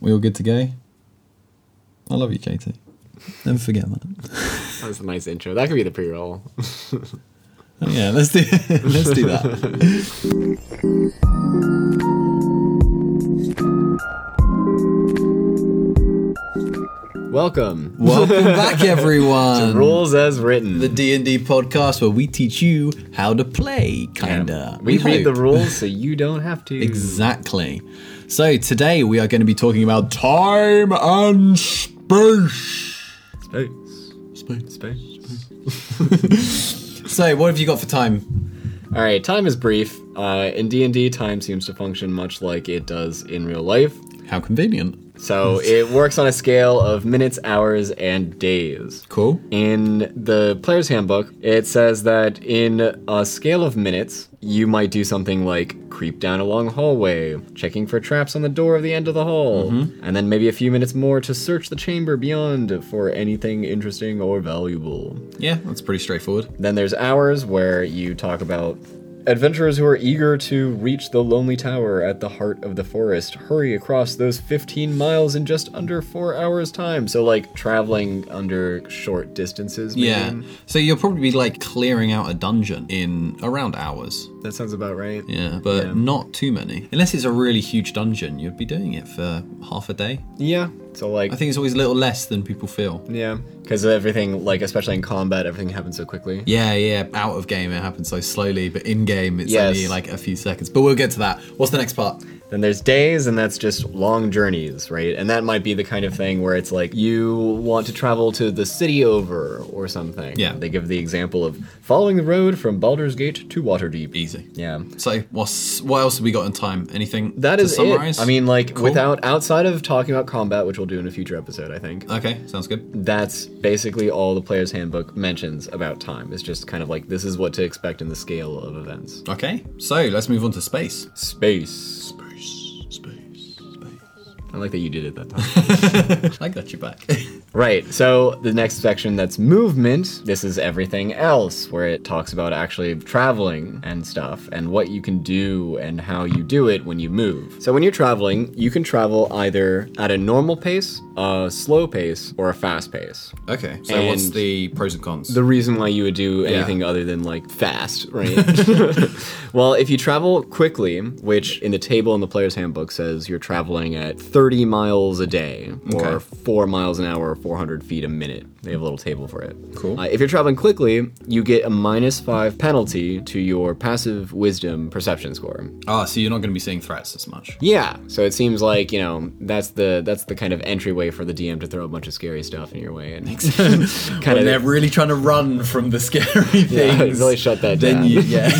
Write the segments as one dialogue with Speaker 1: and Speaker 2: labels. Speaker 1: We all good to go? I love you, JT. Never forget that.
Speaker 2: That was a nice intro. That could be the pre-roll.
Speaker 1: Oh, yeah, let's do let's do that.
Speaker 2: Welcome.
Speaker 1: Welcome back, everyone.
Speaker 2: Rules as written.
Speaker 1: the D and D podcast where we teach you how to play, kinda.
Speaker 2: uh, we read the
Speaker 1: hope.
Speaker 2: rules so you don't have to.
Speaker 1: exactly. So today we are going to be talking about time and space.
Speaker 2: Space. Space. Space.
Speaker 1: So what have you got for time?
Speaker 2: All right. Time is brief. Uh, in D and D, time seems to function much like it does in real life.
Speaker 1: How convenient.
Speaker 2: So it works on a scale of minutes, hours, and days.
Speaker 1: Cool.
Speaker 2: In the player's handbook, it says that in a scale of minutes, you might do something like creep down a long hallway, checking for traps on the door of the end of the hall, and then maybe a few minutes more to search the chamber beyond for anything interesting or valuable.
Speaker 1: Yeah, that's pretty straightforward.
Speaker 2: Then there's hours where you talk about adventurers who are eager to reach the lonely tower at the heart of the forest hurry across those 15 miles in just under 4 hours time. So like traveling under short distances maybe.
Speaker 1: Yeah. So you'll probably be like clearing out a dungeon in around hours.
Speaker 2: That sounds about right.
Speaker 1: Yeah, but not too many. Unless it's a really huge dungeon, you'd be doing it for half a day.
Speaker 2: Yeah. So like
Speaker 1: I think it's always a little less than people feel.
Speaker 2: yeah, cuz everything like especially in combat everything happens so quickly.
Speaker 1: Yeah, yeah. Out of game, it happens so slowly, but in game, it's
Speaker 2: Yes.
Speaker 1: only like a few seconds. But we'll get to that. What's the next part?
Speaker 2: Then there's days, and that's just long journeys, right? And that might be the kind of thing where it's like you want to travel to the city over or something.
Speaker 1: Yeah.
Speaker 2: They give the example of following the road from Baldur's Gate to Waterdeep.
Speaker 1: Easy.
Speaker 2: Yeah.
Speaker 1: So what's what else have we got in time? Anything
Speaker 2: that
Speaker 1: to
Speaker 2: is
Speaker 1: summarize?
Speaker 2: it. I mean, like,
Speaker 1: Cool.
Speaker 2: without outside of talking about combat, which we'll do in a future episode, I think.
Speaker 1: okay, sounds good.
Speaker 2: That's basically all the player's handbook mentions about time. It's just kind of like this is what to expect in the scale of events.
Speaker 1: Okay, so let's move on to space.
Speaker 2: Space.
Speaker 1: Space, space, space.
Speaker 2: I like that you did it that time.
Speaker 1: I got you back.
Speaker 2: Right, so the next section that's movement, this is everything else, where it talks about actually traveling and stuff and what you can do and how you do it when you move. So when you're traveling, you can travel either at a normal pace, a slow pace, or a fast pace.
Speaker 1: okay, so
Speaker 2: And-
Speaker 1: what's the pros and cons?
Speaker 2: The reason why you would do anything other than like fast, right? well, if you travel quickly, which in the table in the player's handbook says you're traveling at 30 miles a day or
Speaker 1: Okay.
Speaker 2: four miles an hour or 400 feet a minute. They have a little table for it.
Speaker 1: Cool.
Speaker 2: Uh, if you're traveling quickly, you get a minus five penalty to your passive wisdom perception score.
Speaker 1: Ah, so you're not going to be seeing threats as much.
Speaker 2: Yeah, so it seems like you know that's the that's the kind of entryway for the DM to throw a bunch of scary stuff in your way and kind
Speaker 1: When they're really trying to run from the scary things.
Speaker 2: Yeah, really shut that
Speaker 1: then
Speaker 2: down.
Speaker 1: you, yeah.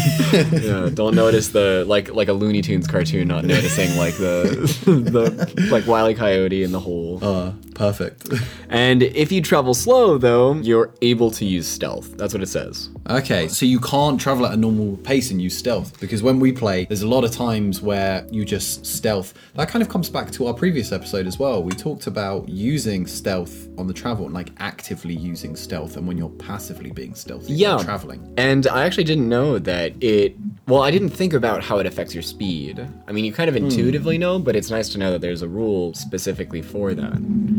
Speaker 2: Yeah, don't notice the like like a Looney Tunes cartoon not noticing like the the like Wile E. Coyote in the hole.
Speaker 1: uh, perfect.
Speaker 2: And if you travel slow though, you're able to use stealth. That's what it says.
Speaker 1: Okay, so you can't travel at a normal pace and use stealth because when we play, there's a lot of times where you just stealth. That kind of comes back to our previous episode as well. We talked about using stealth on the travel and like actively using stealth, and when you're passively being stealthy, yeah,
Speaker 2: Yeah.
Speaker 1: traveling.
Speaker 2: And I actually didn't know that it well, I didn't think about how it affects your speed. I mean, you kind of intuitively know, but it's nice to know that there's a rule specifically for that.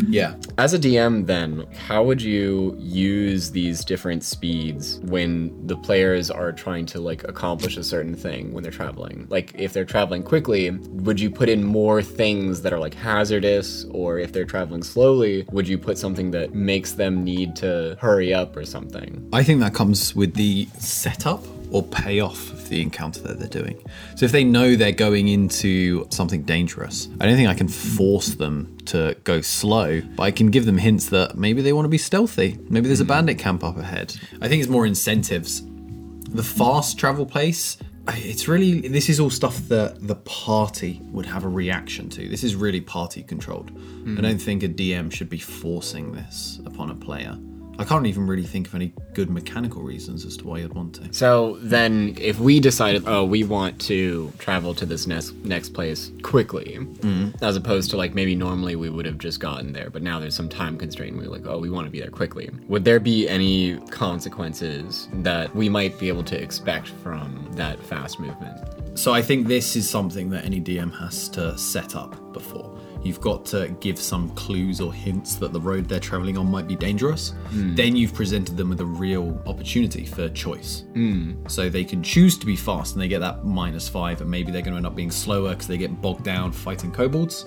Speaker 1: Yeah,
Speaker 2: As a DM, then, how would you use these different speeds when the players are trying to like accomplish a certain thing when they're traveling? Like, if they're traveling quickly, would you put in more things that are like hazardous, or if they're traveling slowly, would you put something that makes them need to hurry up or something?
Speaker 1: I think that comes with the setup or payoff of the encounter that they're doing. So if they know they're going into something dangerous, I don't think I can force them to go slow, but I can give them hints that maybe they want to be stealthy. Maybe there's a bandit camp up ahead. I think it's more incentives the fast travel pace it's really this is all stuff that the party would have a reaction to this is really party controlled i don't think a dm should be forcing this upon a player i can't even really think of any good mechanical reasons as to why you'd want to
Speaker 2: So then, if we decided, oh, we want to travel to this next next place quickly, as opposed to like maybe normally we would have just gotten there, but now there's some time constraint. We're like, oh, we want to be there quickly. Would there be any consequences that we might be able to expect from that fast movement?
Speaker 1: So I think this is something that any DM has to set up before. You've got to give some clues or hints that the road they're traveling on might be dangerous. Then you've presented them with a real opportunity for choice. So they can choose to be fast and they get that minus five, and maybe they're going to end up being slower because they get bogged down fighting kobolds.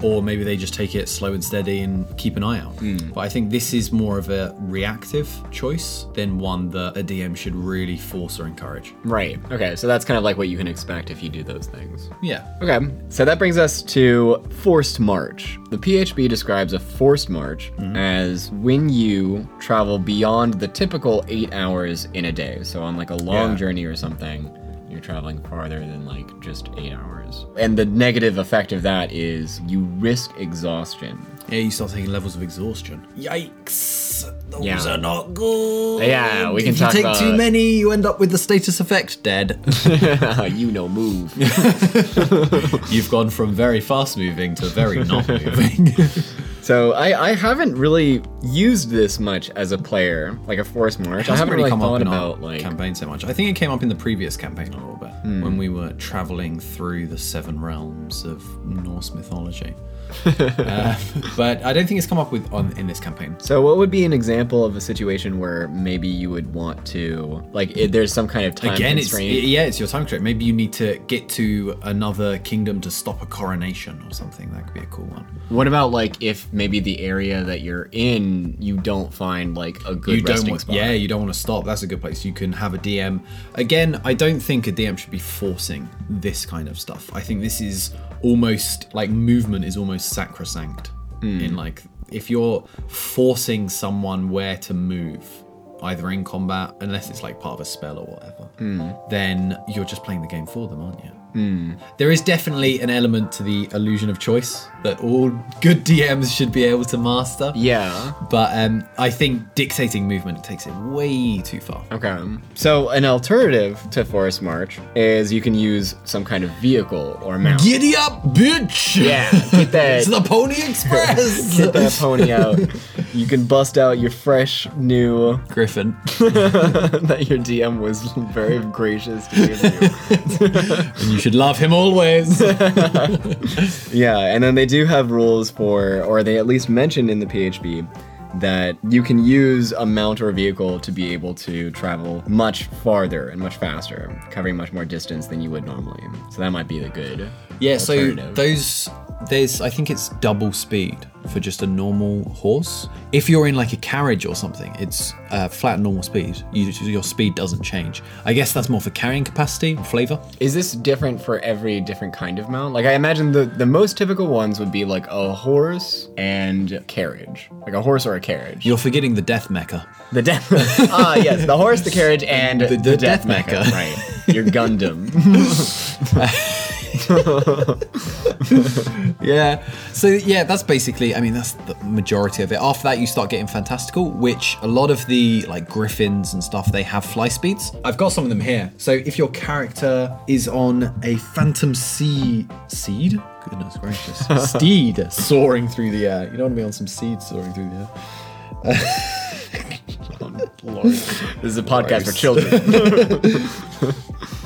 Speaker 1: Or maybe they just take it slow and steady and keep an eye out. But I think this is more of a reactive choice than one that a DM should really force or encourage.
Speaker 2: Right. Okay, so that's kind of like what you can expect if you do those things.
Speaker 1: Yeah.
Speaker 2: Okay, so that brings us to forced march. The PHB describes a forced march
Speaker 1: Mm-hmm.
Speaker 2: as when you travel beyond the typical eight hours in a day. So on like a long
Speaker 1: Yeah.
Speaker 2: journey or something, you're traveling farther than like just eight hours. And the negative effect of that is you risk exhaustion.
Speaker 1: Yeah, you start taking levels of exhaustion. Yikes! Those
Speaker 2: Yeah. are
Speaker 1: not good.
Speaker 2: Yeah, we can talk
Speaker 1: If you take
Speaker 2: about-
Speaker 1: too many, you end up with the status effect dead.
Speaker 2: you know move.
Speaker 1: You've gone from very fast moving to very not moving.
Speaker 2: So I, I haven't really used this much as a player, like a forced march. I haven't really thought
Speaker 1: in our
Speaker 2: about like
Speaker 1: campaign so much. I think it came up in the previous campaign a little bit when we were traveling through the seven realms of Norse mythology. Uh, but I don't think it's come up with on in this campaign.
Speaker 2: So, what would be an example of a situation where maybe you would want to, like, i there's some kind of time
Speaker 1: Again, it's
Speaker 2: constraint?
Speaker 1: yeah, it's your time constraint. Maybe you need to get to another kingdom to stop a coronation or something. That could be a cool one.
Speaker 2: what about like if maybe the area that you're in, you don't find like a good
Speaker 1: you don't
Speaker 2: resting
Speaker 1: want,
Speaker 2: spot?
Speaker 1: yeah, you don't want to stop. That's a good place. You can have a DM. Again, I don't think a DM should be forcing this kind of stuff. I think this is almost like movement is almost sacrosanct.
Speaker 2: Hmm.
Speaker 1: In like, if you're forcing someone where to move, either in combat, unless it's like part of a spell or whatever,
Speaker 2: Hmm.
Speaker 1: then you're just playing the game for them, aren't you? There is definitely an element to the illusion of choice that all good DMs should be able to master.
Speaker 2: Yeah.
Speaker 1: But um, I think dictating movement takes it way too far.
Speaker 2: Okay. So, an alternative to Forest March is you can use some kind of vehicle or mount.
Speaker 1: Giddy up, bitch!
Speaker 2: Yeah, get that-
Speaker 1: it's the Pony Express.
Speaker 2: Get that pony out. You can bust out your fresh new
Speaker 1: Griffin.
Speaker 2: that your DM was very gracious to give you.
Speaker 1: And you should love him always.
Speaker 2: Yeah, and then they do have rules for, or they at least mention in the PHB, that you can use a mount or vehicle to be able to travel much farther and much faster, covering much more distance than you would normally. So that might be the good.
Speaker 1: yeah, so
Speaker 2: alternative.
Speaker 1: those there's I think it's double speed for just a normal horse. If you're in like a carriage or something, it's uh, flat normal speed. You, your speed doesn't change. I guess that's more for carrying capacity, and flavor.
Speaker 2: Is this different for every different kind of mount? Like I imagine the the most typical ones would be like a horse and carriage, like a horse or a carriage.
Speaker 1: You're forgetting the death mecha.
Speaker 2: the death. Ah, yes, the horse, the carriage, and the,
Speaker 1: the death
Speaker 2: death, mecha.
Speaker 1: mecha.
Speaker 2: Right, your Gundam.
Speaker 1: Yeah. So yeah, that's basically. I mean, that's the majority of it. After that, you start getting fantastical, which a lot of the like griffins and stuff they have fly speeds. I've got some of them here. So if your character is on a phantom sea seed, goodness gracious, steed soaring through the air, you don't want to be on some seed soaring through the air.
Speaker 2: this is a podcast for children.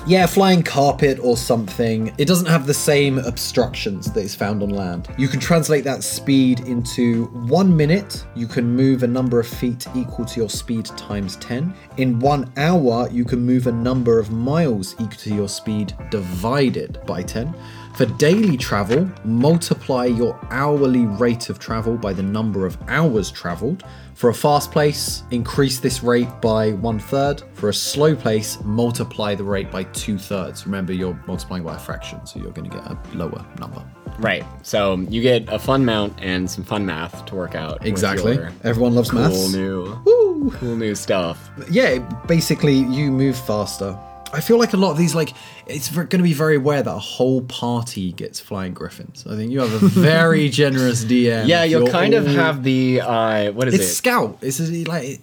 Speaker 1: Yeah, flying carpet or something. It doesn't have the same obstructions that is found on land. You can translate that speed into one minute. You can move a number of feet equal to your speed times 10. In one hour, you can move a number of miles equal to your speed divided by 10. For daily travel, multiply your hourly rate of travel by the number of hours traveled. For a fast place, increase this rate by one third. For a slow place, multiply the rate by two thirds. Remember, you're multiplying by a fraction, so you're going to get a lower number.
Speaker 2: Right. So you get a fun mount and some fun math to work out. with your
Speaker 1: Everyone loves
Speaker 2: Cool
Speaker 1: maths.
Speaker 2: new,
Speaker 1: Woo!
Speaker 2: cool new stuff.
Speaker 1: Yeah, it- basically, you move faster. I feel like a lot of these, like, it's going to be very rare that a whole party gets flying griffins. I think you have a very generous DM.
Speaker 2: Yeah, you'll
Speaker 1: You're
Speaker 2: kind of
Speaker 1: all-
Speaker 2: have the uh, what is
Speaker 1: It's scout. It's a- like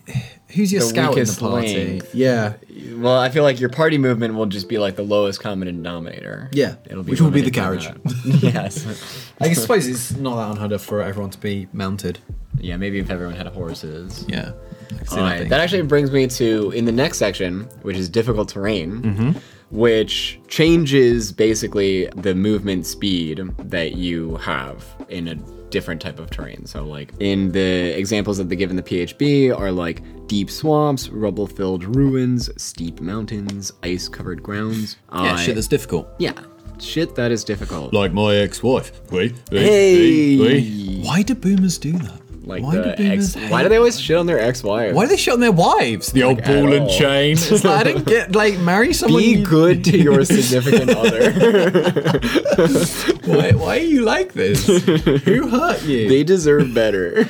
Speaker 1: who's your
Speaker 2: The
Speaker 1: scout in the
Speaker 2: weakest
Speaker 1: party?
Speaker 2: length.
Speaker 1: Yeah,
Speaker 2: it? Well, I feel like your party movement will just be like the lowest common denominator.
Speaker 1: Yeah,
Speaker 2: it'll be
Speaker 1: which will be the
Speaker 2: limited by that. yes.
Speaker 1: I suppose it's not that unheard of for everyone to be mounted.
Speaker 2: Yeah, maybe if everyone had horses.
Speaker 1: Yeah,
Speaker 2: All right, that actually brings me to in the next section, which is difficult terrain, which changes basically the movement speed that you have in a different type of terrain. So, like in the examples that they give in the PHB are like deep swamps, rubble-filled ruins, steep mountains, ice-covered grounds.
Speaker 1: Yeah,
Speaker 2: Uh,
Speaker 1: shit, that's difficult.
Speaker 2: yeah, shit that is difficult.
Speaker 1: Like my ex-wife. Wait, wait,
Speaker 2: Hey!
Speaker 1: Why do boomers do that?
Speaker 2: Like
Speaker 1: why
Speaker 2: the ex.
Speaker 1: hate-
Speaker 2: Why do they always shit on their ex-wives?
Speaker 1: Why do they shit on their wives? The old
Speaker 2: at
Speaker 1: ball and
Speaker 2: all.
Speaker 1: chain. It's like, I didn't get like marry someone.
Speaker 2: Be
Speaker 1: you-
Speaker 2: good to your significant other.
Speaker 1: Why, why are you like this? Who hurt you?
Speaker 2: They deserve better.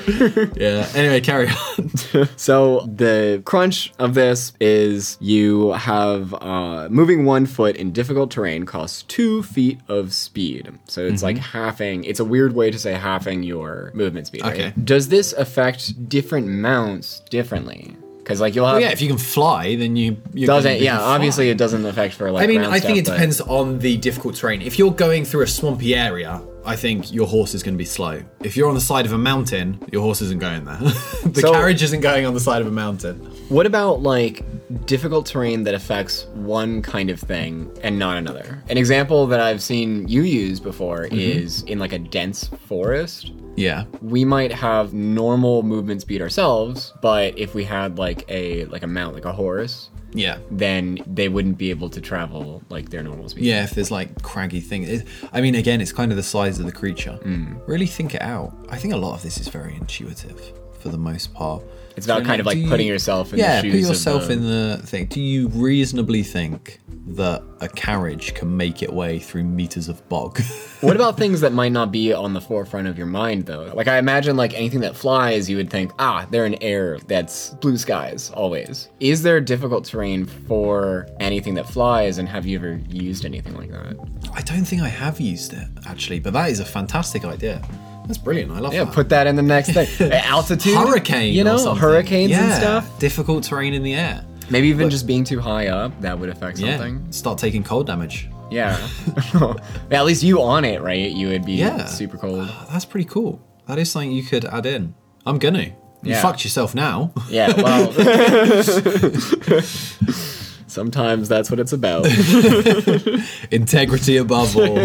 Speaker 1: yeah. Anyway, carry on.
Speaker 2: So the crunch of this is you have uh, moving one foot in difficult terrain costs two feet of speed. So it's like halving. It's a weird way to say halving your movement speed. right?
Speaker 1: Okay.
Speaker 2: Does this affect different mounts differently? Because like you'll have
Speaker 1: Oh, yeah, if you can fly, then you you're gonna
Speaker 2: doesn't
Speaker 1: be
Speaker 2: yeah
Speaker 1: fine.
Speaker 2: obviously it doesn't affect for like.
Speaker 1: I mean,
Speaker 2: ground
Speaker 1: I think it
Speaker 2: stuff, but-
Speaker 1: depends on the difficult terrain. If you're going through a swampy area, I think your horse is going to be slow. If you're on the side of a mountain, your horse isn't going there. the
Speaker 2: So-
Speaker 1: carriage isn't going on the side of a mountain.
Speaker 2: What about like difficult terrain that affects one kind of thing and not another? An example that I've seen you use before
Speaker 1: Mm-hmm.
Speaker 2: is in like a dense forest.
Speaker 1: Yeah.
Speaker 2: We might have normal movement speed ourselves, but if we had like a like a mount like a horse,
Speaker 1: Yeah.
Speaker 2: then they wouldn't be able to travel like their normal speed.
Speaker 1: Yeah, if there's like craggy thing. It, I mean, again, it's kind of the size of the creature.
Speaker 2: Hmm.
Speaker 1: Really think it out. I think a lot of this is very intuitive for the most part.
Speaker 2: It's about
Speaker 1: So,
Speaker 2: Uh, kind of like
Speaker 1: do
Speaker 2: putting
Speaker 1: you-
Speaker 2: yourself in
Speaker 1: yeah,
Speaker 2: the shoes
Speaker 1: put yourself
Speaker 2: of the,
Speaker 1: in the thing. Do you reasonably think that a carriage can make its way through meters of bog?
Speaker 2: What about things that might not be on the forefront of your mind though? Like I imagine like anything that flies, you would think, ah, they're in air. That's blue skies always. Is there difficult terrain for anything that flies and have you ever used anything like that?
Speaker 1: I don't think I have used it actually, but that is a fantastic idea. That's brilliant. I love
Speaker 2: Yeah,
Speaker 1: that.
Speaker 2: put that in the next thing. Altitude,
Speaker 1: hurricane,
Speaker 2: you
Speaker 1: or
Speaker 2: know,
Speaker 1: something.
Speaker 2: hurricanes and
Speaker 1: Yeah,
Speaker 2: stuff.
Speaker 1: Difficult terrain in the air.
Speaker 2: Maybe even just being too high up, that would affect
Speaker 1: Yeah,
Speaker 2: something.
Speaker 1: start taking cold damage.
Speaker 2: Yeah. At least you on it, right? You would be
Speaker 1: Yeah.
Speaker 2: super cold.
Speaker 1: Oh, that's pretty cool. That is something you could add in. I'm gonna. You
Speaker 2: Yeah.
Speaker 1: fucked yourself now.
Speaker 2: Yeah, well. Sometimes that's what it's about.
Speaker 1: Integrity above all.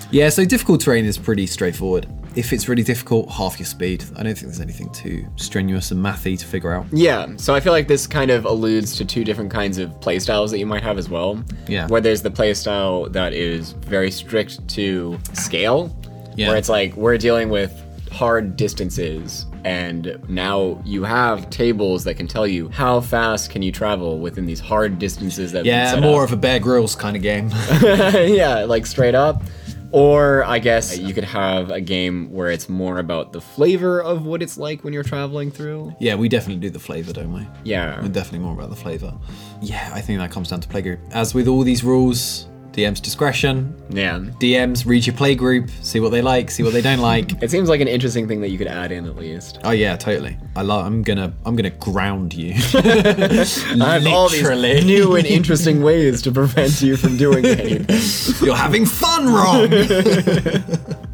Speaker 1: yeah, so difficult terrain is pretty straightforward. If it's really difficult, half your speed. I don't think there's anything too strenuous and mathy to figure out.
Speaker 2: Yeah, so I feel like this kind of alludes to two different kinds of playstyles that you might have as well.
Speaker 1: Yeah.
Speaker 2: Where there's the playstyle that is very strict to scale,
Speaker 1: Yeah.
Speaker 2: where it's like we're dealing with hard distances and now you have tables that can tell you how fast can you travel within these hard distances that have been
Speaker 1: Yeah,
Speaker 2: set
Speaker 1: more
Speaker 2: up.
Speaker 1: of a Bear Grylls kind of game.
Speaker 2: yeah, like straight up. Or I guess you could have a game where it's more about the flavor of what it's like when you're traveling through.
Speaker 1: yeah, we definitely do the flavour, don't we?
Speaker 2: Yeah.
Speaker 1: We're definitely more about the flavour. Yeah, I think that comes down to playgroup. As with all these rules, DM's discretion.
Speaker 2: Yeah.
Speaker 1: DMs read your playgroup, see what they like, see what they don't like.
Speaker 2: It seems like an interesting thing that you could add in at least.
Speaker 1: Oh yeah, totally. I love. I'm gonna. I'm gonna ground you.
Speaker 2: I have all these
Speaker 1: Literally.
Speaker 2: new and interesting ways to prevent you from doing anything.
Speaker 1: You're having fun wrong. all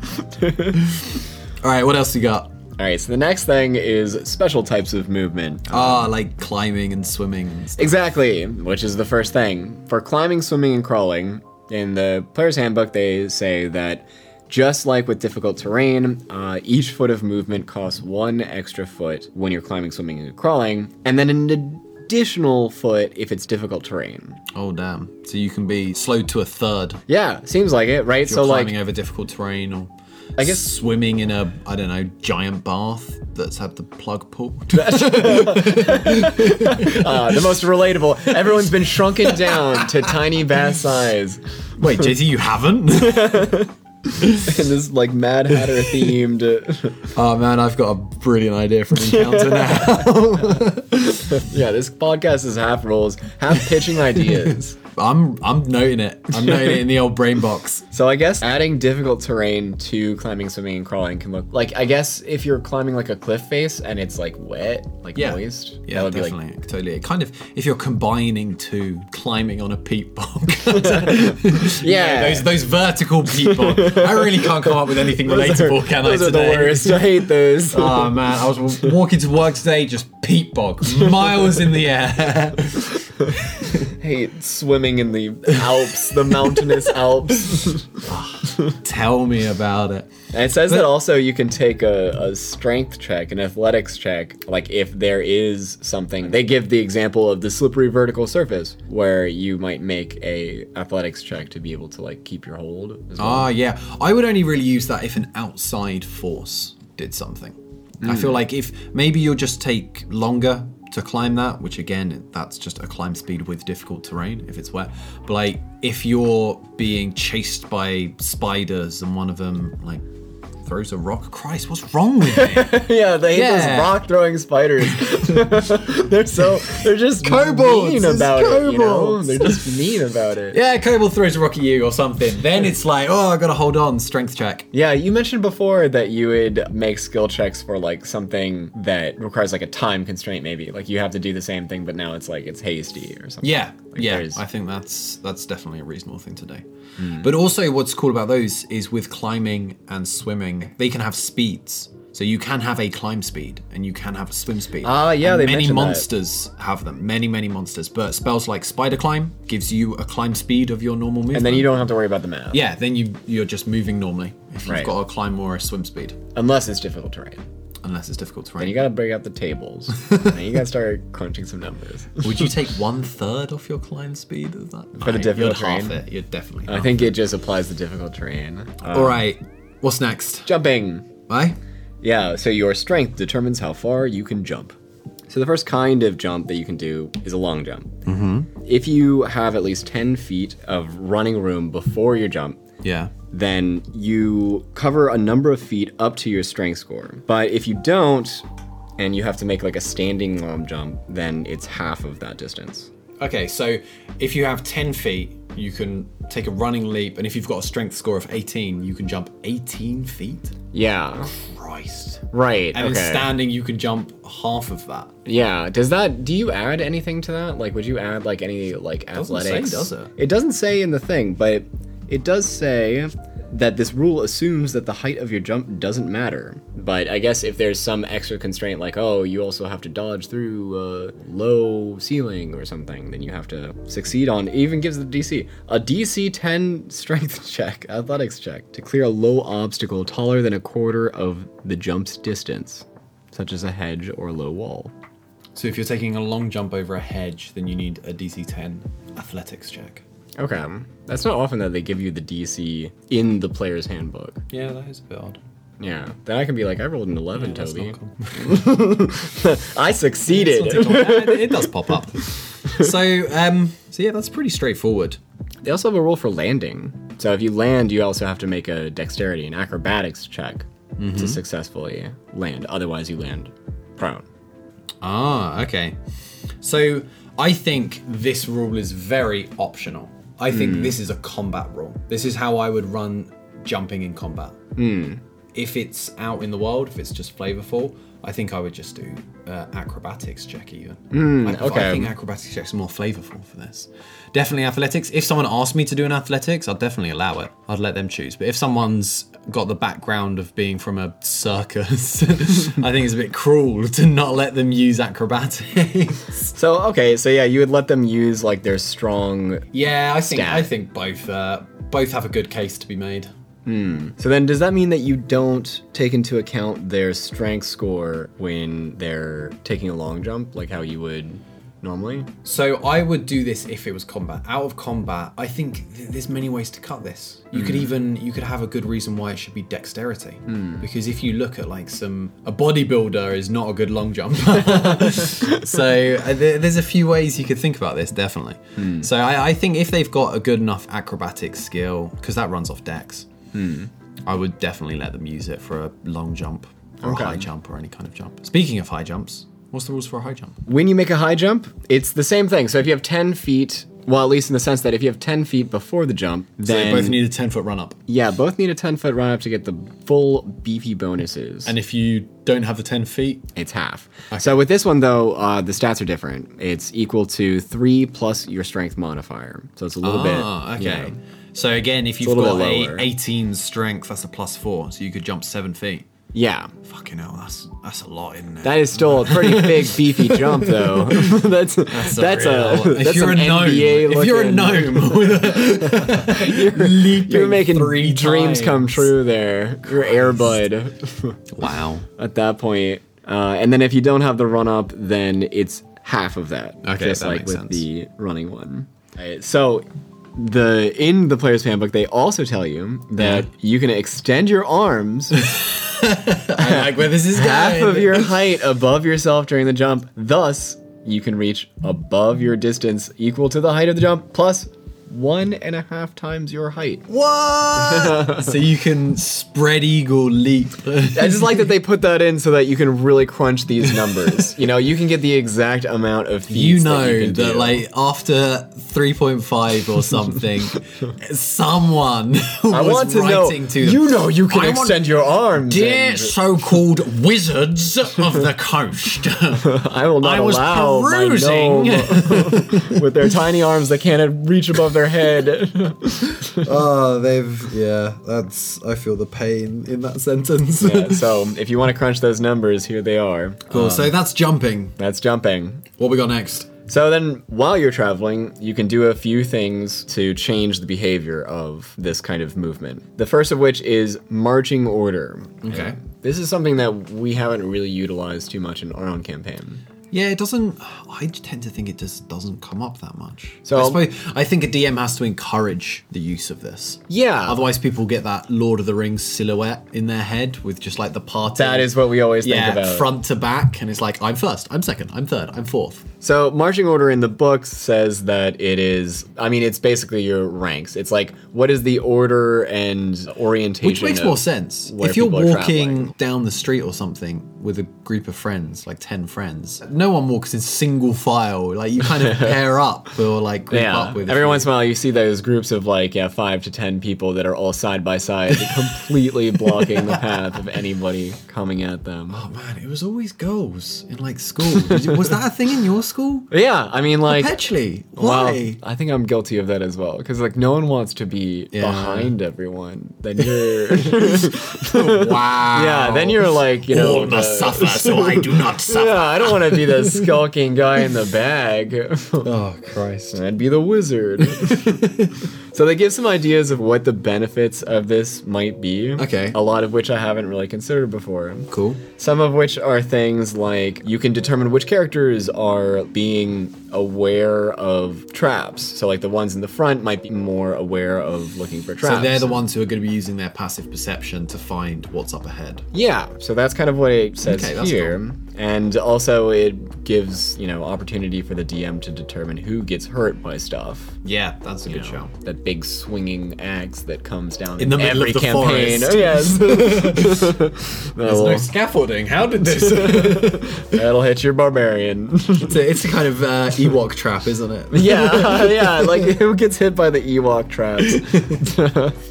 Speaker 1: right. What else you got?
Speaker 2: all right, so the next thing is special types of movement.
Speaker 1: Ah, like climbing and swimming. And stuff.
Speaker 2: Exactly, which is the first thing. For climbing, swimming, and crawling, in the player's handbook, they say that just like with difficult terrain, uh, each foot of movement costs one extra foot when you're climbing, swimming, and crawling, and then an additional foot if it's difficult terrain.
Speaker 1: Oh damn. So you can be slowed to a third. If
Speaker 2: Yeah, seems like it, right?
Speaker 1: you're
Speaker 2: so like
Speaker 1: climbing over difficult terrain, or
Speaker 2: I guess-
Speaker 1: swimming in a I don't know giant bath that's had the plug pulled.
Speaker 2: Uh, the most relatable. Everyone's been shrunken down to tiny bath size
Speaker 1: Wait, JT, you haven't?
Speaker 2: in this like Mad Hatter themed. uh,
Speaker 1: oh man, I've got a brilliant idea for an encounter now.
Speaker 2: yeah, this podcast is half rules, half pitching ideas.
Speaker 1: I'm I'm noting it. I'm noting it in the old brain box.
Speaker 2: So I guess adding difficult terrain to climbing, swimming, and crawling can look like I guess if you're climbing like a cliff face and it's like wet, like
Speaker 1: Yeah.
Speaker 2: moist,
Speaker 1: Yeah,
Speaker 2: that would
Speaker 1: definitely, totally. It kind of if you're combining two, climbing on a peat bog.
Speaker 2: be like yeah.
Speaker 1: those those vertical peat bog. I really can't come up with anything
Speaker 2: those
Speaker 1: relatable,
Speaker 2: are,
Speaker 1: can
Speaker 2: those
Speaker 1: I?
Speaker 2: are the
Speaker 1: Today?
Speaker 2: worst. I hate those.
Speaker 1: Oh man, I was w- walking to work today, just peat bog, miles in the air.
Speaker 2: hate swimming in the Alps, the mountainous Alps.
Speaker 1: Tell me about it.
Speaker 2: And it says that also you can take a, a strength check, an athletics check, like if there is something. They give the example of the slippery vertical surface, where you might make a athletics check to be able to like keep your hold. As well.
Speaker 1: Ah, yeah. I would only really use that if an outside force did something. I feel like if maybe you'll just take longer to climb that, which again, that's just a climb speed with difficult terrain if it's wet. But like if you're being chased by spiders and one of them like throws a rock, Christ, what's wrong with me?
Speaker 2: yeah, they hate
Speaker 1: Yeah.
Speaker 2: those rock throwing spiders. they're so they're just
Speaker 1: Kobolds,
Speaker 2: mean
Speaker 1: it's
Speaker 2: about it. You know?
Speaker 1: kobolds.
Speaker 2: They're just mean about it.
Speaker 1: yeah, Cobalt throws a rock at you or something. Then it's like, oh, I gotta hold on, strength check.
Speaker 2: Yeah, you mentioned before that you would make skill checks for like something that requires like a time constraint, maybe. Like you have to do the same thing, but now it's like it's hasty or something.
Speaker 1: Yeah,
Speaker 2: Like,
Speaker 1: yeah.
Speaker 2: there's-
Speaker 1: I think that's that's definitely a reasonable thing to do.
Speaker 2: Hmm.
Speaker 1: But also, what's cool about those is with climbing and swimming, they can have speeds. So you can have a climb speed and you can have a swim speed.
Speaker 2: Ah, yeah,
Speaker 1: And
Speaker 2: they
Speaker 1: many
Speaker 2: mentioned that.
Speaker 1: monsters have them. Many, many monsters. But spells like Spider Climb gives you a climb speed of your normal movement.
Speaker 2: And then you don't have to worry about the math.
Speaker 1: yeah, then you you're just moving normally. If you've
Speaker 2: Right.
Speaker 1: got a climb or a swim speed,
Speaker 2: Unless it's difficult terrain.
Speaker 1: unless it's difficult to
Speaker 2: And you
Speaker 1: run.
Speaker 2: gotta break out the tables. and you gotta start crunching some numbers.
Speaker 1: Would you take one third off your climb speed? Is that
Speaker 2: the difficult
Speaker 1: you'd half
Speaker 2: terrain?
Speaker 1: it. You'd definitely.
Speaker 2: I
Speaker 1: half
Speaker 2: think it just applies to difficult terrain.
Speaker 1: it.
Speaker 2: Uh,
Speaker 1: All right. What's next?
Speaker 2: jumping.
Speaker 1: Bye.
Speaker 2: Yeah, so your strength determines how far you can jump. So the first kind of jump that you can do is a long jump. Mm-hmm. If you have at least 10 feet of running room before your jump,
Speaker 1: Yeah.
Speaker 2: then you cover a number of feet up to your strength score. But if you don't, and you have to make like a standing long jump, then it's half of that distance.
Speaker 1: Okay, so if you have 10 feet, you can take a running leap, and if you've got a strength score of 18, you can jump 18 feet.
Speaker 2: Yeah,
Speaker 1: Christ.
Speaker 2: right.
Speaker 1: And
Speaker 2: okay.
Speaker 1: in standing, you can jump half of that.
Speaker 2: Yeah. Does that? Do you add anything to that? Like, would you add like any like
Speaker 1: Doesn't say,
Speaker 2: athletics?
Speaker 1: does it?
Speaker 2: It doesn't say in the thing, but it does say that this rule assumes that the height of your jump doesn't matter. But I guess if there's some extra constraint, like oh, you also have to dodge through a low ceiling or something, then you have to succeed on. It even gives the DC a DC 10 strength check, athletics check, to clear a low obstacle taller than a quarter of the jump's distance, such as a hedge or low wall.
Speaker 1: So if you're taking a long jump over a hedge, then you need a DC 10 athletics check.
Speaker 2: Okay. That's not often that they give you the DC in the player's handbook.
Speaker 1: Yeah, that is a bit odd.
Speaker 2: Yeah. Then I can be like, I rolled an 11,
Speaker 1: That's
Speaker 2: Toby.
Speaker 1: not cool.
Speaker 2: I
Speaker 1: It's not
Speaker 2: succeeded.
Speaker 1: too complicated. it does pop up. So, um, so yeah, that's pretty straightforward.
Speaker 2: they also have a rule for landing. So if you land, you also have to make a dexterity and acrobatics check
Speaker 1: Mm-hmm.
Speaker 2: to successfully land. Otherwise, you land prone.
Speaker 1: Ah, okay. So I think this rule is very optional. I think this is a combat rule. This is how I would run jumping in combat. If it's out in the world, if it's just flavorful, I think I would just do uh, acrobatics check even. I, prefer- I
Speaker 2: okay.
Speaker 1: think acrobatics check's more flavorful for this. Definitely athletics. If someone asked me to do an athletics, I'd definitely allow it. I'd let them choose. But if someone's got the background of being from a circus, I think it's a bit cruel to not let them use acrobatics.
Speaker 2: So, okay. So, yeah, you would let them use like their strong.
Speaker 1: yeah, I think
Speaker 2: Stat.
Speaker 1: I think both uh, both have a good case to be made.
Speaker 2: So, then does that mean that you don't take into account their strength score when they're taking a long jump, like how you would normally?
Speaker 1: So I would do this if it was combat. Out of combat, I think th- there's many ways to cut this. You
Speaker 2: Hmm.
Speaker 1: could even you could have a good reason why it should be dexterity, because if you look at like some a bodybuilder is not a good long jumper. so uh, there, there's a few ways you could think about this definitely.
Speaker 2: Hmm.
Speaker 1: So I, I think if they've got a good enough acrobatic skill, because that runs off dex,
Speaker 2: Hmm.
Speaker 1: I would definitely let them use it for a long jump or
Speaker 2: Okay.
Speaker 1: a high jump or any kind of jump. Speaking of high jumps, what's the rules for a high jump?
Speaker 2: When you make a high jump, it's the same thing. So if you have 10 feet, well, at least in the sense that if you have 10 feet before the jump, then
Speaker 1: they both need a ten foot run up.
Speaker 2: yeah, both need a 10 foot run up to get the full beefy bonuses.
Speaker 1: And if you don't have the 10 feet,
Speaker 2: it's half. So with this one though, uh, the stats are different. It's equal to three plus your strength modifier. So it's a little
Speaker 1: Ah,
Speaker 2: bit.
Speaker 1: okay.
Speaker 2: yeah.
Speaker 1: So again, if you've
Speaker 2: little
Speaker 1: got
Speaker 2: bit
Speaker 1: a
Speaker 2: lower.
Speaker 1: 18 strength, that's a plus four, so you could jump seven feet.
Speaker 2: Yeah.
Speaker 3: Fucking hell, that's that's a lot, isn't it?
Speaker 2: That is still a pretty big beefy jump though. that's that's, a,
Speaker 3: real-
Speaker 2: that's
Speaker 1: if you're a
Speaker 2: some
Speaker 1: gnome,
Speaker 2: NBA
Speaker 1: if you're a
Speaker 2: looking-
Speaker 1: gnome with a leaping
Speaker 2: You're making
Speaker 1: three
Speaker 2: dreams
Speaker 1: times.
Speaker 2: come true there. You're Air Bud
Speaker 1: Wow.
Speaker 2: at that point. Uh, and then if you don't have the run up, then it's half of that.
Speaker 1: Okay,
Speaker 2: just
Speaker 1: that
Speaker 2: like
Speaker 1: makes
Speaker 2: with
Speaker 1: sense.
Speaker 2: the running one. Alright, so the in the player's handbook, they also tell you that
Speaker 1: Mm-hmm.
Speaker 2: you can extend your arms
Speaker 1: I like where this is
Speaker 2: half of your height above yourself during the jump. Thus, you can reach above your distance equal to the height of the jump plus one and a half times your height.
Speaker 1: What? so you can spread eagle leap.
Speaker 2: I just like that they put that in so that you can really crunch these numbers. you know, you can get the exact amount of feet.
Speaker 1: you know
Speaker 2: can
Speaker 1: that,
Speaker 2: do.
Speaker 1: like after 3.5 or something, someone was
Speaker 2: I want to know.
Speaker 1: writing to them.
Speaker 2: You know, you can
Speaker 1: I want-
Speaker 2: extend your arms.
Speaker 1: Dear
Speaker 2: and-
Speaker 1: so-called wizards of the coast,
Speaker 2: I will not
Speaker 1: I was
Speaker 2: allow my
Speaker 1: perusing.
Speaker 2: gnome with their tiny arms that can't reach above their head.
Speaker 3: Oh, they've yeah. That's I feel the pain in that sentence.
Speaker 2: Yeah, so if you want to crunch those numbers, here they are.
Speaker 3: cool.
Speaker 2: Uh.
Speaker 3: so that's jumping.
Speaker 2: That's jumping.
Speaker 3: What we got next?
Speaker 2: So then, while you're traveling, you can do a few things to change the behavior of this kind of movement. The first of which is marching order.
Speaker 3: Okay.
Speaker 2: This is something that we haven't really utilized too much in our own campaign.
Speaker 1: Yeah, it doesn't. I tend to think it just doesn't come up that much.
Speaker 2: So-
Speaker 1: So I, suppose, I think a DM has to encourage the use of this.
Speaker 2: Yeah.
Speaker 1: Otherwise, people get that Lord of the Rings silhouette in their head with just like the party.
Speaker 2: That is what we always
Speaker 1: yeah,
Speaker 2: think about.
Speaker 1: front to back, and it's like I'm first, I'm second, I'm third, I'm fourth.
Speaker 2: so marching order in the books says that it is. I mean, it's basically your ranks. It's like what is the order and orientation.
Speaker 1: Which makes
Speaker 2: of
Speaker 1: more sense.
Speaker 2: where
Speaker 1: If you're
Speaker 2: people are
Speaker 1: walking
Speaker 2: traveling.
Speaker 1: down the street or something with a group of friends, like 10 friends, no one walks in single file. Like you kind of pair up or like group
Speaker 2: Yeah.
Speaker 1: up with. a
Speaker 2: Every
Speaker 1: few.
Speaker 2: once in a while, you see those groups of like yeah, five to ten people that are all side by side, completely blocking the path of anybody coming at them.
Speaker 1: Oh man, it was always girls in like school. Did you- was that a thing in your school?
Speaker 2: But yeah, I mean, like.
Speaker 1: Perpetually.
Speaker 2: Well,
Speaker 1: Why?
Speaker 2: I think I'm guilty of that as well because like no one wants to be
Speaker 1: Yeah.
Speaker 2: behind everyone. Then you're
Speaker 1: wow.
Speaker 2: yeah, then you're like you know the-
Speaker 1: uh, so I do not suffer.
Speaker 2: yeah, I don't want to be the skulking guy in the bag.
Speaker 1: Oh Christ.
Speaker 2: I'd be the wizard. so they give some ideas of what the benefits of this might be.
Speaker 1: Okay.
Speaker 2: A lot of which I haven't really considered before.
Speaker 1: Cool.
Speaker 2: Some of which are things like you can determine which characters are being aware of traps. So, like the ones in the front might be more aware of looking for traps.
Speaker 1: So they're the ones who are going to be using their passive perception to find what's up ahead.
Speaker 2: Yeah, so that's kind of what it says
Speaker 1: Okay, that's
Speaker 2: here. And also, it gives, you know, opportunity for the DM to determine who gets hurt by stuff.
Speaker 1: Yeah, that's a good
Speaker 2: you
Speaker 1: show.
Speaker 2: know, That big swinging axe that comes down
Speaker 1: In the middle
Speaker 2: every
Speaker 1: of the
Speaker 2: campaign.
Speaker 1: forest.
Speaker 2: Oh, yes.
Speaker 1: There's
Speaker 2: that'll,
Speaker 1: no scaffolding. How did this?
Speaker 2: that'll hit your barbarian.
Speaker 1: it's, a, it's a kind of uh, Ewok trap, isn't it?
Speaker 2: yeah, yeah. Like who gets hit by the Ewok traps?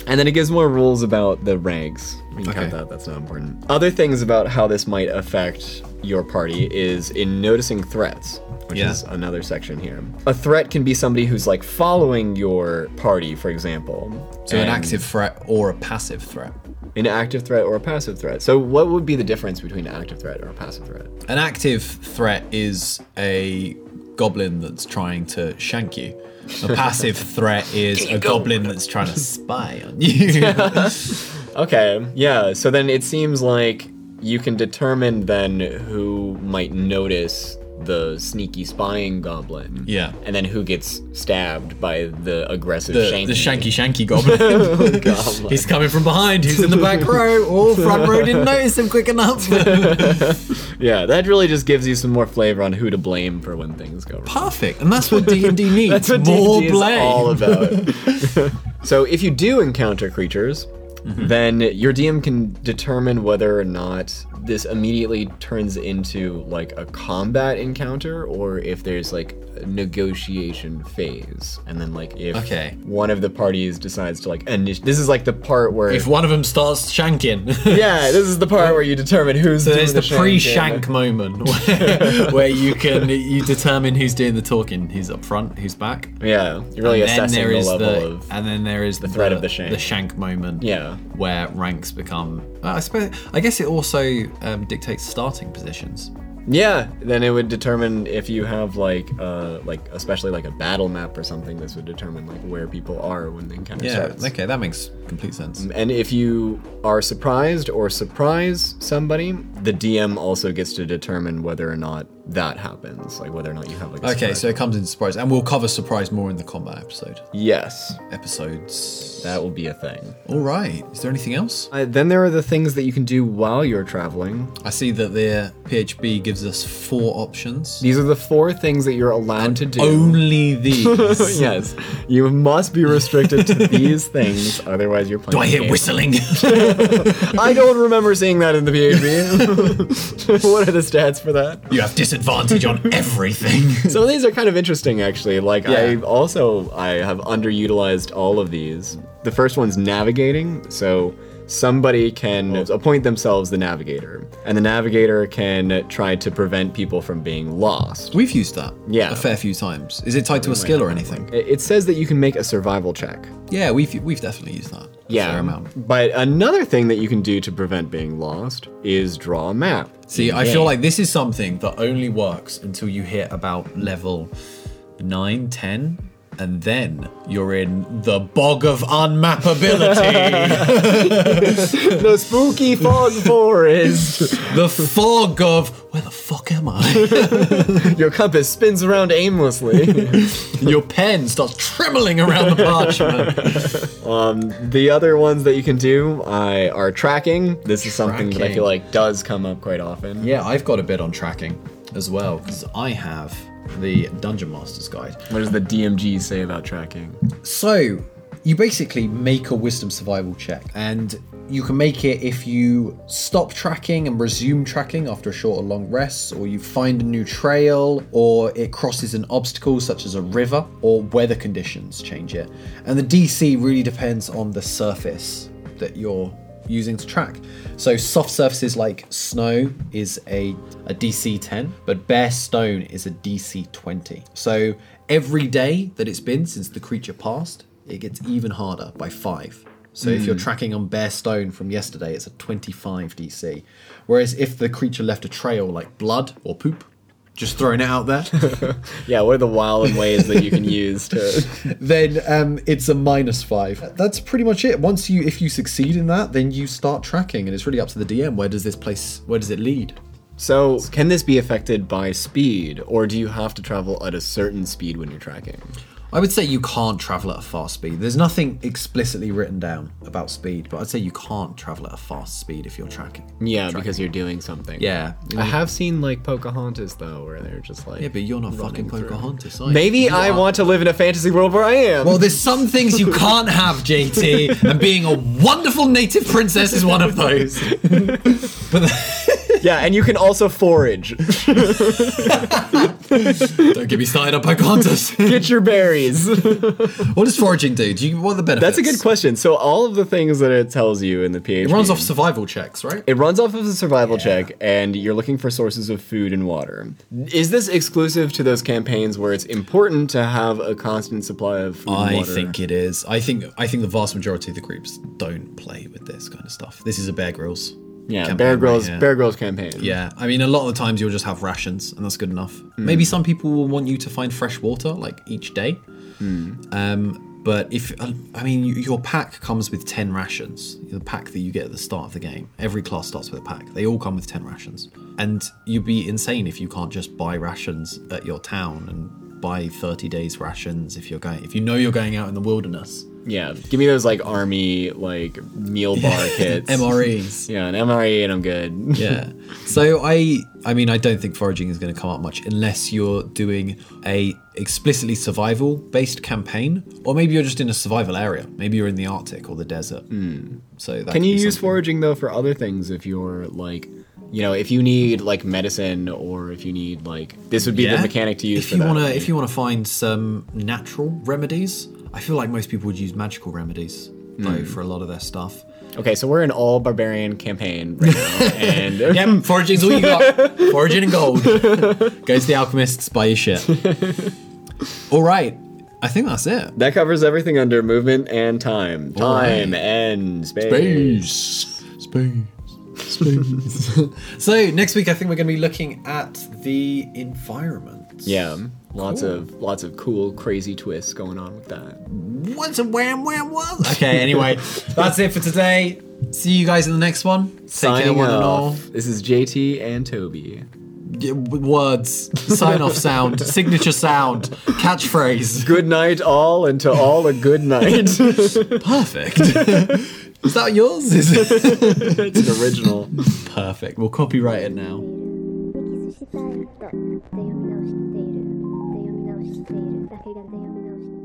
Speaker 2: and then it gives more rules about the ranks. We can count
Speaker 1: Okay.
Speaker 2: that. That's not important. Other things about how this might affect your party is in noticing threats. Which
Speaker 1: Yeah.
Speaker 2: is another section here. A threat can be somebody who's like following your party, for example.
Speaker 1: So an
Speaker 2: And-
Speaker 1: active threat or a passive threat.
Speaker 2: an active threat or a passive threat. So what would be the difference between an active threat or a passive threat?
Speaker 1: An active threat is a goblin that's trying to shank you. A passive threat is a goblin that's trying to spy on you.
Speaker 2: Okay, yeah. So then it seems like you can determine then who might notice the sneaky spying goblin.
Speaker 1: Yeah.
Speaker 2: And then who gets stabbed by the aggressive
Speaker 1: the,
Speaker 2: shanky.
Speaker 1: the shanky shanky goblin.
Speaker 2: Oh, goblin.
Speaker 1: He's coming from behind. He's in the back row. Oh, front row didn't notice him quick enough.
Speaker 2: yeah, that really just gives you some more flavor on who to blame for when things go wrong.
Speaker 1: Perfect. And that's what D and D needs.
Speaker 2: That's what
Speaker 1: More
Speaker 2: D&D
Speaker 1: blame.
Speaker 2: is all about. so if you do encounter creatures,
Speaker 1: Mm-hmm.
Speaker 2: then your DM can determine whether or not this immediately turns into like a combat encounter or if there's like a negotiation phase. And then like if
Speaker 1: Okay.
Speaker 2: one of the parties decides to like init- this is like the part where
Speaker 1: if one of them starts shanking.
Speaker 2: yeah, this is the part where you determine who's
Speaker 1: So
Speaker 2: doing
Speaker 1: there's the
Speaker 2: shanking.
Speaker 1: pre-shank moment where, where you can you determine who's doing the talking, who's up front, who's back.
Speaker 2: Yeah, you're really
Speaker 1: then
Speaker 2: assessing
Speaker 1: there
Speaker 2: the
Speaker 1: is
Speaker 2: level
Speaker 1: the
Speaker 2: of
Speaker 1: and then there is the
Speaker 2: threat of the shank.
Speaker 1: the shank moment.
Speaker 2: yeah.
Speaker 1: where ranks become. Uh, I suppose. I guess it also um, dictates starting positions.
Speaker 2: Yeah, then it would determine if you have like uh like especially like a battle map or something. This would determine like where people are when the encounter
Speaker 1: Yeah.
Speaker 2: starts.
Speaker 1: Okay, that makes complete sense.
Speaker 2: and if you are surprised or surprise somebody, the DM also gets to determine whether or not that happens, like whether or not you have like. A
Speaker 1: Okay,
Speaker 2: surprise.
Speaker 1: so it comes in surprise, and we'll cover surprise more in the combat episode.
Speaker 2: yes,
Speaker 1: Episodes.
Speaker 2: that will be a thing.
Speaker 1: All right. Is there anything else?
Speaker 2: Uh, then there are the things that you can do while you're traveling.
Speaker 1: I see that their PHB gives us four options.
Speaker 2: These are the four things that you're allowed to do.
Speaker 1: Only these.
Speaker 2: yes, you must be restricted to these things, otherwise you're playing.
Speaker 1: Do I
Speaker 2: the
Speaker 1: hear
Speaker 2: game.
Speaker 1: whistling?
Speaker 2: I don't remember seeing that in the PHB. what are the stats for that?
Speaker 1: you have disadvantage on everything.
Speaker 2: Some of these are kind of interesting, actually. Like I
Speaker 1: Yeah.
Speaker 2: also I have underutilized all of these. The first one's navigating, so somebody can
Speaker 1: Oh.
Speaker 2: appoint themselves the navigator, and the navigator can try to prevent people from being lost.
Speaker 1: We've used that.
Speaker 2: Yeah.
Speaker 1: A fair few times. Is it tied to a skill or anything?
Speaker 2: It it says that you can make a survival check.
Speaker 1: Yeah, we've we've definitely used that. a
Speaker 2: Yeah.
Speaker 1: Fair amount.
Speaker 2: But another thing that you can do to prevent being lost is draw a map.
Speaker 1: See, I
Speaker 2: Yeah.
Speaker 1: feel like this is something that only works until you hit about level 9, 10, and then you're in the bog of unmappability,
Speaker 2: the spooky fog forest.
Speaker 1: the fog of where the fuck am I?
Speaker 2: Your compass spins around aimlessly.
Speaker 1: Your pen starts trembling around the parchment.
Speaker 2: the other ones that you can do uh, are tracking. This is something that I feel like does come up quite often.
Speaker 1: Yeah, I've got a bit on tracking as well because I have the Dungeon Master's Guide.
Speaker 2: What does the DMG say about tracking?
Speaker 1: So you basically make a wisdom survival check, and you can make it if you stop tracking and resume tracking after a short or long rest, or you find a new trail, or it crosses an obstacle such as a river, or weather conditions change it. And the DC really depends on the surface that you're using to track. So soft surfaces like snow is a, a DC 10, but bare stone is a DC 20. So every day that it's been since the creature passed, it gets even harder by five. So if you're tracking on bare stone from yesterday, it's a 25 DC. Whereas if the creature left a trail like blood or poop, just throwing it out there,
Speaker 2: Yeah, what are the wild ways that you can use to.
Speaker 1: then um, it's a minus five. That's pretty much it. Once you, if you succeed in that, then you start tracking, and it's really up to the DM. Where does this place? Where does it lead?
Speaker 2: So, can this be affected by speed, or do you have to travel at a certain speed when you're tracking?
Speaker 1: I would say you can't travel at a fast speed. There's nothing explicitly written down about speed, but I'd say you can't travel at a fast speed if you're tracking.
Speaker 2: Yeah, because you're doing something.
Speaker 1: Yeah.
Speaker 2: I have seen like Pocahontas though, where they're just like.
Speaker 1: Yeah, but you're not fucking Pocahontas, are you?
Speaker 2: Maybe
Speaker 1: You
Speaker 2: I
Speaker 1: are-
Speaker 2: want to live in a fantasy world where I am.
Speaker 1: Well, there's some things you can't have, JT, and being a wonderful native princess is one of those.
Speaker 2: yeah, and you can also forage,
Speaker 1: Don't get me started on Pocahontas.
Speaker 2: get your berries.
Speaker 1: what does foraging do? Do you what are the benefits?
Speaker 2: That's a good question. So all of the things that it tells you in the PhD
Speaker 1: It runs off survival checks, right?
Speaker 2: It runs off of a survival check, and you're looking for sources of food and water. Is this exclusive to those campaigns where it's important to have a constant supply of food and
Speaker 1: I
Speaker 2: water?
Speaker 1: think it is. I think I think the vast majority of the groups don't play with this kind of stuff. This is a Bear Grylls.
Speaker 2: Yeah,
Speaker 1: campaign
Speaker 2: Bear
Speaker 1: right
Speaker 2: Grylls,
Speaker 1: here.
Speaker 2: Bear Grylls campaign.
Speaker 1: Yeah, I mean, a lot of the times you'll just have rations, and that's good enough. Maybe some people will want you to find fresh water like each day. Um, but if I mean, you- your pack comes with ten rations. The pack that you get at the start of the game. Every class starts with a pack. They all come with ten rations, and you'd be insane if you can't just buy rations at your town and buy thirty days rations if you're going if you know you're going out in the wilderness.
Speaker 2: yeah. Give me those like army like meal bar kits.
Speaker 1: MREs.
Speaker 2: Yeah, an MRE, and I'm good.
Speaker 1: yeah. So I I mean I don't think foraging is going to come up much unless you're doing a explicitly survival based campaign or maybe you're just in a survival area. Maybe you're in the Arctic or the desert. So that
Speaker 2: Hmm. Can
Speaker 1: could
Speaker 2: you
Speaker 1: be
Speaker 2: use
Speaker 1: something.
Speaker 2: foraging though for other things if you're like, you know, if you need like medicine or if you need like this would be the
Speaker 1: Yeah.
Speaker 2: mechanic to use
Speaker 1: if
Speaker 2: for
Speaker 1: you
Speaker 2: that.
Speaker 1: want to if you want to find some natural remedies? I feel like most people would use magical remedies
Speaker 2: Hmm.
Speaker 1: though for a lot of their stuff.
Speaker 2: Okay, so we're an all barbarian campaign right now, and
Speaker 1: Yep, foraging's all you got. Foraging and gold. Goes to the alchemists, buy your shit. All right. I think that's it.
Speaker 2: That covers everything under movement and time. Time
Speaker 1: Alright.
Speaker 2: and space.
Speaker 1: Space. Space. Space. so next week, I think we're going to be looking at the environment.
Speaker 2: Yeah. Lots
Speaker 1: Cool.
Speaker 2: of lots of cool, crazy twists going on with that.
Speaker 1: What's a wham wham wham? Okay. Anyway, that's it for today. See you guys in the next one. Take care,
Speaker 2: Signing
Speaker 1: one and all.
Speaker 2: off. This is JT and Toby.
Speaker 1: Yeah, w- Words. Sign off sound. signature sound. Catchphrase.
Speaker 2: Good night, all, and to all a good night. it's
Speaker 1: Perfect. Is that yours? Is it?
Speaker 2: an original.
Speaker 1: Perfect. We'll copyright it now.
Speaker 4: で気づきたいんだって読み直しているって読み直しているだけがで読み直している